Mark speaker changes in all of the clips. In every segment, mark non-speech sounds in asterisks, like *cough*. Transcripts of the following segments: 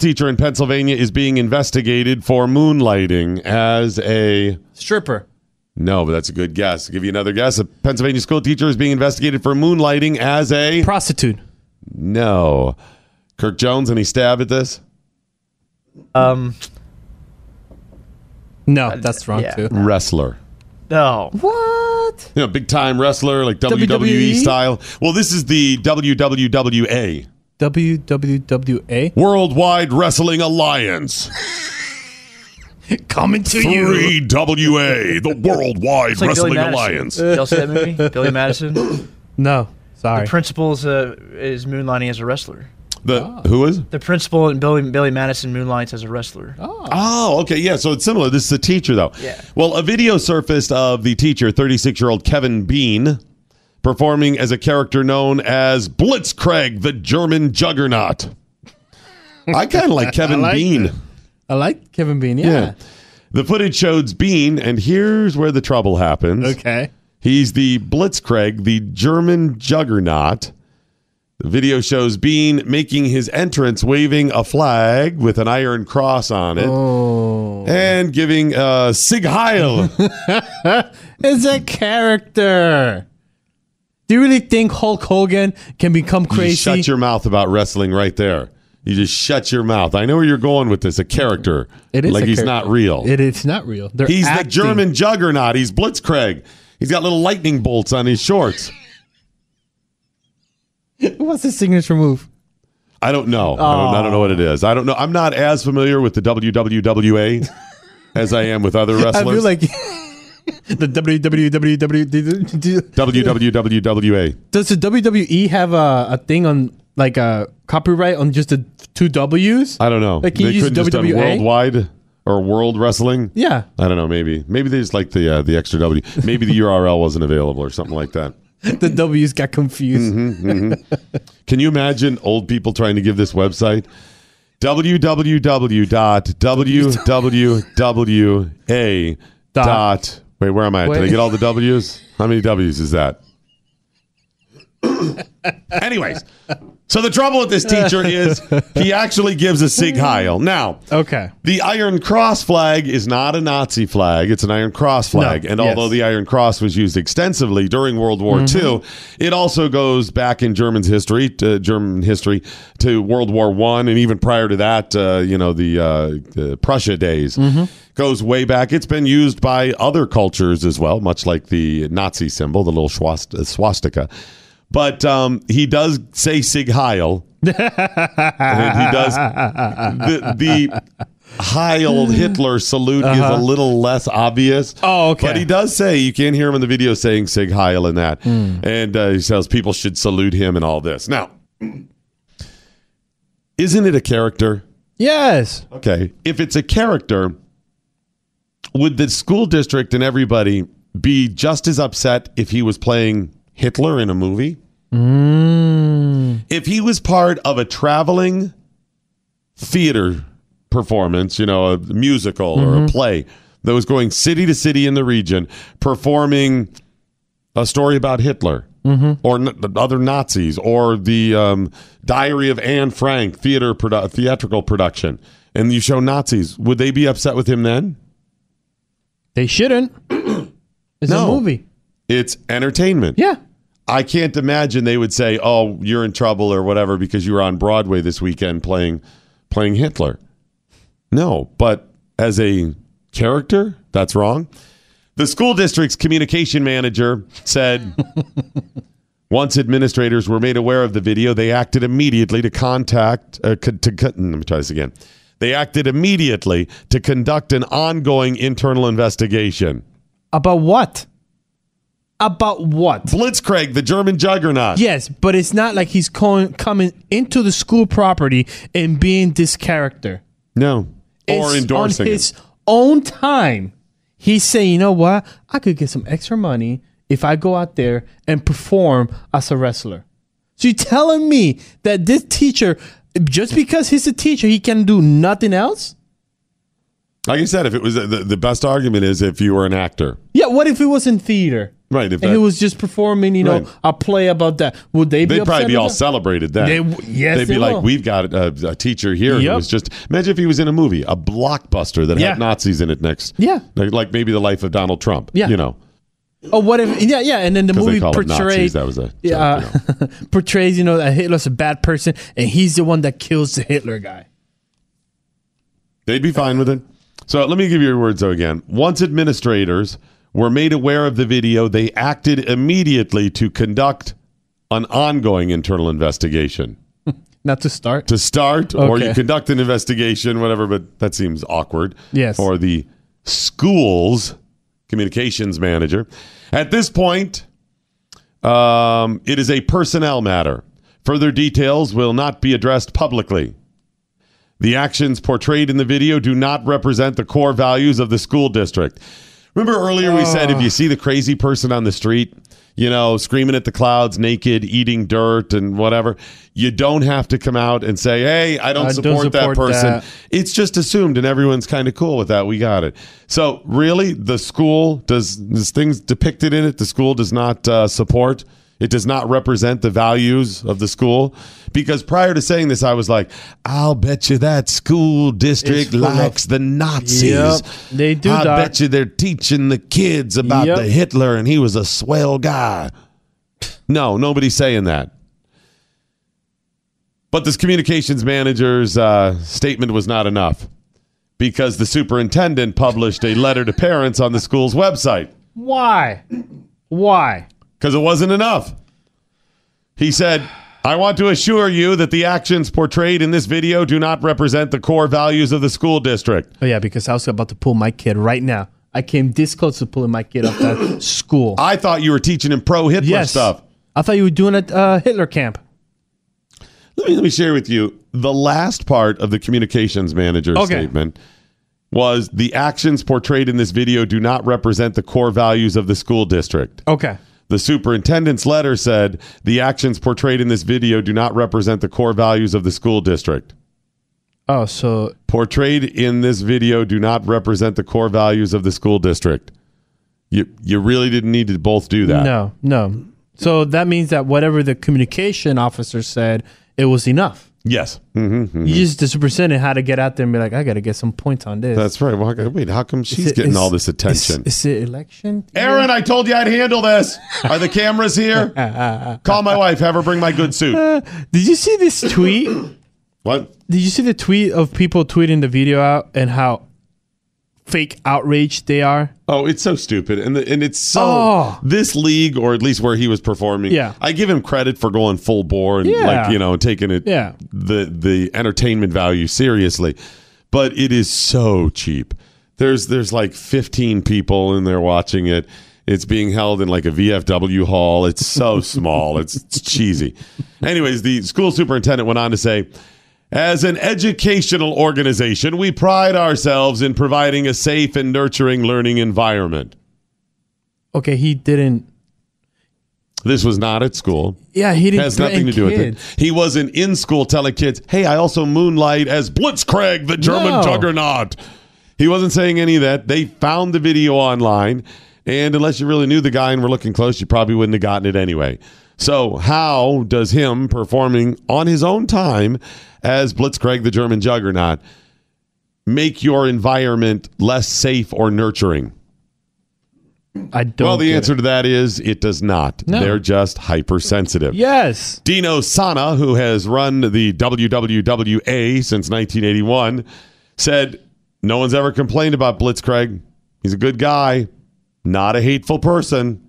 Speaker 1: teacher in Pennsylvania is being investigated for moonlighting as a
Speaker 2: Stripper.
Speaker 1: no, but that's a good guess. give you another guess. A Pennsylvania school teacher is being investigated for moonlighting as a
Speaker 2: Prostitute.
Speaker 1: no. Kirk Jones, any stab at this?
Speaker 3: Um,
Speaker 2: No, that's wrong
Speaker 3: yeah.
Speaker 2: too.
Speaker 1: Wrestler.
Speaker 3: no.
Speaker 2: What?
Speaker 1: You know, big time wrestler, like WWE,
Speaker 2: WWE?
Speaker 1: style. Well, this is the WWWA,
Speaker 2: WWWA?
Speaker 1: Worldwide Wrestling Alliance.
Speaker 2: Coming to you.
Speaker 1: 3WA, the Worldwide
Speaker 3: It's like Billy
Speaker 1: Wrestling
Speaker 3: Madison. Uh,
Speaker 1: Alliance.
Speaker 3: Did Y'all see that movie?
Speaker 1: *laughs*
Speaker 3: Billy Madison. The
Speaker 2: No, sorry.
Speaker 3: principal is, uh, is moonlighting as a wrestler.
Speaker 1: The who is?
Speaker 3: The principal in Billy Billy Madison moonlights as a wrestler.
Speaker 1: Oh, okay. Yeah. So it's similar. This is a teacher, though.
Speaker 3: Yeah.
Speaker 1: Well, a video surfaced of the teacher, 36 year old Kevin Bean, performing as a character known as Blitzkrieg, the German juggernaut. I kind of like Kevin
Speaker 2: like
Speaker 1: Bean.
Speaker 2: that. I like Kevin Bean. Yeah.
Speaker 1: Yeah. The footage shows Bean, and here's where the trouble happens.
Speaker 2: Okay.
Speaker 1: He's the Blitzkrieg, the German juggernaut. The video shows Bean making his entrance waving a flag with an iron cross on it
Speaker 2: Oh.
Speaker 1: and giving uh, Sig Heil.
Speaker 2: *laughs* It's a character. Do you really think Hulk Hogan can become
Speaker 1: you
Speaker 2: crazy?
Speaker 1: shut your mouth about wrestling right there. You just shut your mouth. I know where you're going with this. A character.
Speaker 2: It is
Speaker 1: like
Speaker 2: a
Speaker 1: he's
Speaker 2: character.
Speaker 1: not real.
Speaker 2: It is not real. They're
Speaker 1: he's the
Speaker 2: acting.
Speaker 1: German juggernaut. He's Blitzkrieg. He's got little lightning bolts on his shorts.
Speaker 2: What's his signature move?
Speaker 1: I don't know. I don't, I don't know what it is. I don't know. I'm not as familiar with the
Speaker 2: *laughs*
Speaker 1: WWWA as I am with other
Speaker 2: I
Speaker 1: wrestlers.
Speaker 2: feel like the WWW.
Speaker 1: WWWWA.
Speaker 2: Does the WWE have a, a thing on like a copyright on just the two W's?
Speaker 1: I don't know.
Speaker 2: Like, can you use
Speaker 1: couldn't just done
Speaker 2: WWA?
Speaker 1: worldwide or world wrestling.
Speaker 2: yeah.
Speaker 1: I don't know. Maybe maybe they just like the uh, the extra W. Maybe
Speaker 2: *laughs*
Speaker 1: the URL wasn't available or something like that.
Speaker 2: The W's got confused.
Speaker 1: Mm-hmm. Can you imagine old people trying to give this website? www.wwwa dot wait where am i at? did i
Speaker 2: Wait.
Speaker 1: get all the w's how many w's is that anyways so the trouble with this teacher is he actually gives a sig heil now
Speaker 2: Okay.
Speaker 1: the Iron Cross flag is not a Nazi flag. It's an Iron Cross flag. and
Speaker 2: Yes.
Speaker 1: although the Iron Cross was used extensively during World War II, it also goes back in German's history, to German history, to World War One, and even prior to that, uh, you know, the, uh, the Prussia days. Goes way back. It's been used by other cultures as well, much like the Nazi symbol, the little swast- uh, swastika. But um, he does say Sig Heil. and he does the, the Heil Hitler salute is a little less obvious.
Speaker 2: Uh-huh. Oh, okay.
Speaker 1: But he does say, you can hear him in the video saying Sig Heil and that.
Speaker 2: Hmm.
Speaker 1: And uh, he says people should salute him and all this. Now, *clears throat* isn't it a character?
Speaker 2: Yes.
Speaker 1: Okay. If it's a character, would the school district and everybody be just as upset if he was playing Hitler in a movie? If he was part of a traveling theater performance, you know, a musical or a play that was going city to city in the region, performing a story about Hitler or n- the other Nazis or the um, Diary of Anne Frank theater produ- theatrical production, and you show Nazis, would they be upset with him then?
Speaker 2: They shouldn't. It's
Speaker 1: No.
Speaker 2: a movie.
Speaker 1: It's entertainment.
Speaker 2: Yeah.
Speaker 1: I can't imagine they would say, "Oh, you're in trouble" or whatever because you were on Broadway this weekend playing playing Hitler. No, but as a character, that's wrong. The school district's communication manager said *laughs* once administrators were made aware of the video, they acted immediately to contact uh, co- to co- let me try this again. They acted immediately to conduct an ongoing internal investigation.
Speaker 2: About what? About what?
Speaker 1: Blitzkrieg, the German juggernaut.
Speaker 2: Yes, but it's not like he's co- coming into the school property and being this character.
Speaker 1: No. or
Speaker 2: It's
Speaker 1: endorsing
Speaker 2: on
Speaker 1: it.
Speaker 2: his own time. He's saying, you know what? I could get some extra money if I go out there and perform as a wrestler. So you're telling me that this teacher, just because he's a teacher, he can do nothing else?
Speaker 1: Like I said, if it was the, the best argument is if you were an actor.
Speaker 2: Yeah. What if it was in theater?
Speaker 1: Right. If
Speaker 2: And
Speaker 1: that-
Speaker 2: he was just performing, you know,
Speaker 1: Right.
Speaker 2: a play about that. Would they be?
Speaker 1: They'd
Speaker 2: upset
Speaker 1: probably be
Speaker 2: with
Speaker 1: all
Speaker 2: that?
Speaker 1: celebrated then.
Speaker 2: They w- yes,
Speaker 1: They'd be
Speaker 2: they
Speaker 1: like,
Speaker 2: will.
Speaker 1: we've got a, a teacher here who
Speaker 2: Yep.
Speaker 1: was just. Imagine if he was in a movie, a blockbuster that
Speaker 2: Yeah.
Speaker 1: had Nazis in it next.
Speaker 2: Yeah.
Speaker 1: Like, like maybe the life of Donald Trump.
Speaker 2: Yeah.
Speaker 1: You know,
Speaker 2: Oh, what if? Yeah, yeah. And then the
Speaker 1: because
Speaker 2: movie
Speaker 1: they call it Nazis.
Speaker 2: portrays
Speaker 1: That was a.
Speaker 2: yeah,
Speaker 1: joke, you
Speaker 2: *laughs*
Speaker 1: know.
Speaker 2: uh, *laughs* portrays you know that Hitler's a bad person, and he's the one that kills the Hitler guy.
Speaker 1: They'd be fine with it. So let me give you your words though again. Once administrators were made aware of the video, they acted immediately to conduct an ongoing internal investigation.
Speaker 2: Not to start.
Speaker 1: to start or
Speaker 2: Okay.
Speaker 1: you conduct an investigation, whatever, but that seems awkward.
Speaker 2: Yes.
Speaker 1: For the school's communications manager. At this point, um, it is a personnel matter. Further details will not be addressed publicly. The actions portrayed in the video do not represent the core values of the school district. Remember earlier we said
Speaker 2: Ah.
Speaker 1: if you see the crazy person on the street, you know, screaming at the clouds, naked, eating dirt and whatever, you don't have to come out and say, "Hey, I don't
Speaker 2: I don't
Speaker 1: support, that
Speaker 2: support
Speaker 1: person."
Speaker 2: that.
Speaker 1: It's just assumed and everyone's kind of cool with that. We got it. So, really, the school does there's things depicted in it the school does not uh, support. It does not represent the values of the school because prior to saying this, I was like, "I'll bet you that school district
Speaker 2: It's full of-
Speaker 1: likes the Nazis.
Speaker 2: Yep, they do,
Speaker 1: I
Speaker 2: Doc.
Speaker 1: bet you they're teaching the kids about
Speaker 2: Yep.
Speaker 1: the Hitler and he was a swell guy." No, nobody's saying that. But this communications manager's uh, statement was not enough because the superintendent published a letter to parents on the school's website
Speaker 2: Why? Why?
Speaker 1: because it wasn't enough. He said, I want to assure you that the actions portrayed in this video do not represent the core values of the school district.
Speaker 2: Oh yeah, because I was about to pull my kid right now. I came this close to pulling my kid off *coughs* that school.
Speaker 1: I thought you were teaching him pro Hitler
Speaker 2: yes.
Speaker 1: stuff.
Speaker 2: I thought you were doing a uh, Hitler camp.
Speaker 1: Let me, let me share with you the last part of the communications manager's
Speaker 2: Okay.
Speaker 1: statement was the actions portrayed in this video do not represent the core values of the school district.
Speaker 2: Okay.
Speaker 1: The superintendent's letter said the actions portrayed in this video do not represent the core values of the school district.
Speaker 2: Oh, so
Speaker 1: Portrayed in this video do not represent the core values of the school district. You you really didn't need to both do that.
Speaker 2: no, no. So that means that whatever the communication officer said, it was enough.
Speaker 1: Yes. hmm
Speaker 2: You just the superintendent had to get out there and be like, I got to get some points on this.
Speaker 1: That's right. Well, wait, how come she's
Speaker 2: Is it-
Speaker 1: getting
Speaker 2: is-
Speaker 1: all this attention?
Speaker 2: Is, is it election?
Speaker 1: Aaron, I told you I'd handle this. Are the cameras
Speaker 2: *laughs*
Speaker 1: here? Call my wife. Have her bring my good suit.
Speaker 2: Did you see this tweet?
Speaker 1: What?
Speaker 2: Did you see the tweet of people tweeting the video out and how fake outraged they are?
Speaker 1: Oh, it's so stupid, and the, and it's so
Speaker 2: Oh.
Speaker 1: this league, or at least where he was performing.
Speaker 2: Yeah.
Speaker 1: I give him credit for going full bore and
Speaker 2: Yeah.
Speaker 1: like you know taking it
Speaker 2: Yeah.
Speaker 1: the the entertainment value seriously, but it is so cheap. There's there's like 15 people in there watching it. It's being held in like a VFW hall. It's so small. It's, it's cheesy. Anyways, the school superintendent went on to say, as an educational organization, we pride ourselves in providing a safe and nurturing learning environment.
Speaker 2: Okay, he didn't.
Speaker 1: This was not at school.
Speaker 2: Yeah, he didn't.
Speaker 1: has nothing to do with it. He wasn't in school telling kids, "Hey, I also moonlight as Blitzkrieg, the German
Speaker 2: No.
Speaker 1: juggernaut." He wasn't saying any of that. They found the video online, and unless you really knew the guy and were looking close, you probably wouldn't have gotten it anyway. So, how does him performing on his own time as Blitzkrieg, the German juggernaut, make your environment less safe or nurturing?
Speaker 2: I don't.
Speaker 1: well, the
Speaker 2: get
Speaker 1: answer
Speaker 2: it.
Speaker 1: to that is it does not.
Speaker 2: No.
Speaker 1: They're just hypersensitive.
Speaker 2: Yes.
Speaker 1: Dino Sana, who has run the WWWA since 1981, said, No one's ever complained about Blitzkrieg. He's a good guy, not a hateful person.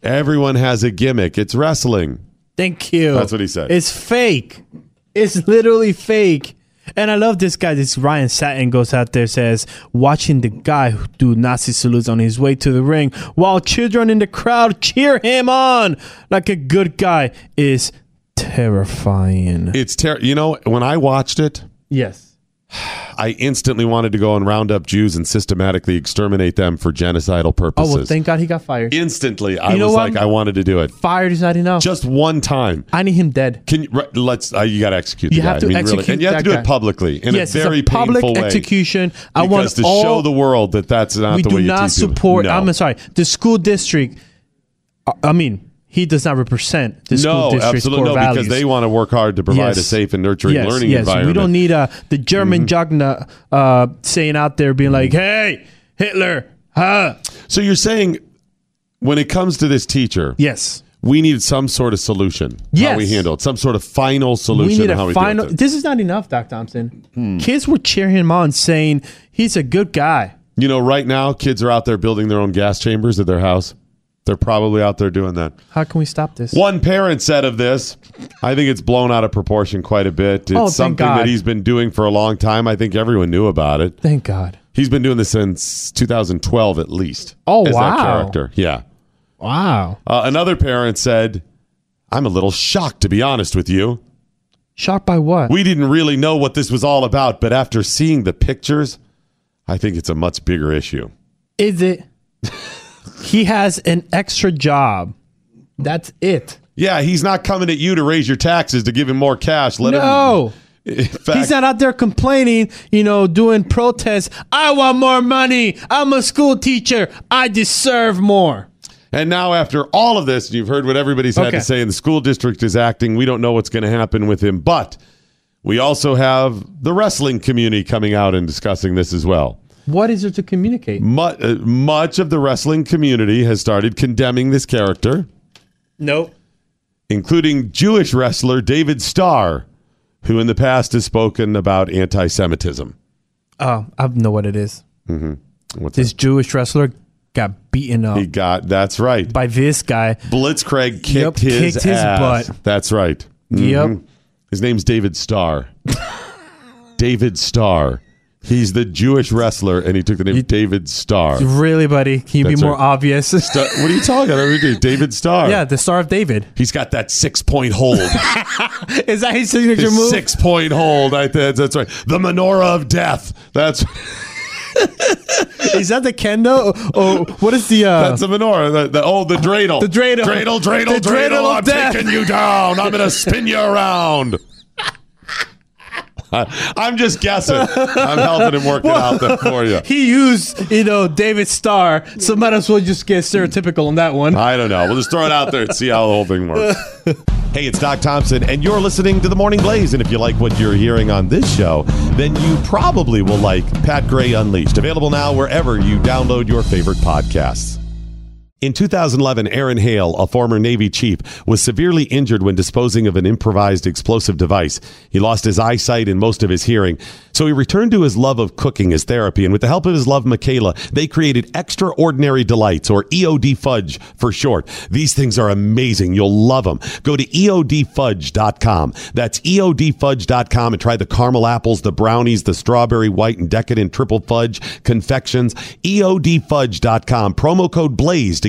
Speaker 1: Everyone has a gimmick. It's wrestling.
Speaker 2: Thank you.
Speaker 1: That's what he said.
Speaker 2: It's fake. It's literally fake. And I love this guy. This Ryan Satin goes out there says, watching the guy who do Nazi salutes on his way to the ring while children in the crowd cheer him on like a good guy is terrifying.
Speaker 1: It's ter- you know when I watched it,
Speaker 2: Yes.
Speaker 1: I instantly wanted to go and round up Jews and systematically exterminate them for genocidal
Speaker 2: Oh
Speaker 1: purposes.
Speaker 2: well, thank God he got fired.
Speaker 1: instantly, I
Speaker 2: You know
Speaker 1: was
Speaker 2: what?
Speaker 1: like, I wanted to do it
Speaker 2: Fired is not enough.
Speaker 1: just one time.
Speaker 2: I need him dead.
Speaker 1: Can you right, let's? Uh, you got to execute. the
Speaker 2: You
Speaker 1: guy.
Speaker 2: have to
Speaker 1: I mean, really.
Speaker 2: execute
Speaker 1: and you have to
Speaker 2: that
Speaker 1: do
Speaker 2: guy.
Speaker 1: it publicly in
Speaker 2: yes,
Speaker 1: a very
Speaker 2: it's a public
Speaker 1: painful way.
Speaker 2: execution. I
Speaker 1: because
Speaker 2: want
Speaker 1: to
Speaker 2: all
Speaker 1: show the world that that's not
Speaker 2: we
Speaker 1: the
Speaker 2: do
Speaker 1: way you
Speaker 2: not
Speaker 1: teach people.
Speaker 2: support.
Speaker 1: No.
Speaker 2: I'm sorry. The school district. uh, I- I mean, he does not represent the school
Speaker 1: no,
Speaker 2: district's
Speaker 1: absolutely
Speaker 2: core
Speaker 1: no,
Speaker 2: values.
Speaker 1: because they want to work hard to provide a
Speaker 2: Yes.
Speaker 1: safe and nurturing
Speaker 2: yes,
Speaker 1: learning
Speaker 2: yes.
Speaker 1: environment. Mm-hmm.
Speaker 2: We don't need uh, the German jugna uh, saying out there being like, "Hey, Hitler." Huh?
Speaker 1: so you're saying when it comes to this teacher,
Speaker 2: Yes.
Speaker 1: we need some sort of solution. How
Speaker 2: Yes.
Speaker 1: we handle it, some sort of final solution.
Speaker 2: We need
Speaker 1: on how
Speaker 2: a
Speaker 1: we deal
Speaker 2: final.
Speaker 1: with it. Hmm.
Speaker 2: This is not enough, Doc Thompson. Kids were cheering him on, saying he's a good guy.
Speaker 1: You know, right now kids are out there building their own gas chambers at their house. They're probably out there doing that.
Speaker 2: How can we stop this?
Speaker 1: One parent said of this, I think it's blown out of proportion quite a bit. It's
Speaker 2: Oh, thank
Speaker 1: something that
Speaker 2: God.
Speaker 1: he's been doing for a long time. I think everyone knew about it.
Speaker 2: Thank God.
Speaker 1: He's been doing this since 2012 at least.
Speaker 2: Oh,
Speaker 1: as That
Speaker 2: wow.
Speaker 1: character. Yeah.
Speaker 2: Wow.
Speaker 1: Uh, another parent said, I'm a little shocked, to be honest with you.
Speaker 2: Shocked by what?
Speaker 1: We didn't really know what this was all about, but after seeing the pictures, I think it's a much bigger issue.
Speaker 2: is it
Speaker 1: *laughs*
Speaker 2: he has an extra job that's it
Speaker 1: Yeah, he's not coming at you to raise your taxes to give him more cash. Let
Speaker 2: no
Speaker 1: him. In fact,
Speaker 2: he's not out there complaining you know doing protests i want more money i'm a school teacher i deserve more
Speaker 1: And now, after all of this, you've heard what everybody's had
Speaker 2: Okay.
Speaker 1: to say, and the school district is acting. We don't know what's going to happen with him, but we also have the wrestling community coming out and discussing this as well.
Speaker 2: what is there to communicate
Speaker 1: Mu- uh, much of the wrestling community has started condemning this character,
Speaker 2: nope
Speaker 1: including Jewish wrestler David Starr, who in the past has spoken about anti Semitism.
Speaker 2: oh i know what it is
Speaker 1: Mm-hmm. What's
Speaker 2: this jewish wrestler got beaten up
Speaker 1: He got, that's right.
Speaker 2: by this guy
Speaker 1: Blitzkrieg kicked
Speaker 2: Yep,
Speaker 1: his,
Speaker 2: kicked his
Speaker 1: ass.
Speaker 2: butt.
Speaker 1: That's right.
Speaker 2: yep
Speaker 1: His name's David Starr. David Starr. He's the Jewish wrestler, and he took the name David Starr. *laughs*
Speaker 2: really buddy can you
Speaker 1: That's
Speaker 2: be more
Speaker 1: right.
Speaker 2: obvious *laughs*
Speaker 1: Starr- What are you talking about? What do you do? David Starr.
Speaker 2: yeah the star of david
Speaker 1: He's got that six point
Speaker 2: *laughs*
Speaker 1: hold.
Speaker 2: is that his signature
Speaker 1: His
Speaker 2: move
Speaker 1: six point hold. I, that's, that's right. The menorah of death. That's
Speaker 2: is that the kendo or, or what is the uh
Speaker 1: that's the menorah. The, the- oh, the dreidel.
Speaker 2: The dreidel.
Speaker 1: Dreidel, dreidel,
Speaker 2: The
Speaker 1: dreidel.
Speaker 2: dreidel of
Speaker 1: I'm
Speaker 2: death.
Speaker 1: taking you down. I'm going to spin you
Speaker 2: *laughs*
Speaker 1: around. *laughs* I, I'm just guessing. I'm helping him work it out there for you.
Speaker 2: he used, you know, David Starr, so might as well just get stereotypical on that one.
Speaker 1: I don't know. We'll just throw it out there and see how the whole thing works. *laughs* hey, it's Doc Thompson, and you're listening to The Morning Blaze. And if you like what you're hearing on this show, then you probably will like Pat Gray Unleashed, available now wherever you download your favorite podcasts. In 2011, Aaron Hale, a former Navy chief, was severely injured when disposing of an improvised explosive device. He lost his eyesight and most of his hearing. So he returned to his love of cooking as therapy, and with the help of his love, Michaela, they created Extraordinary Delights, or EOD Fudge for short. These things are amazing. You'll love them. Go to E EODFudge.com. That's E EODFudge.com and try the caramel apples, the brownies, the strawberry white and decadent triple fudge confections. E EODFudge.com. Promo code BLAZE to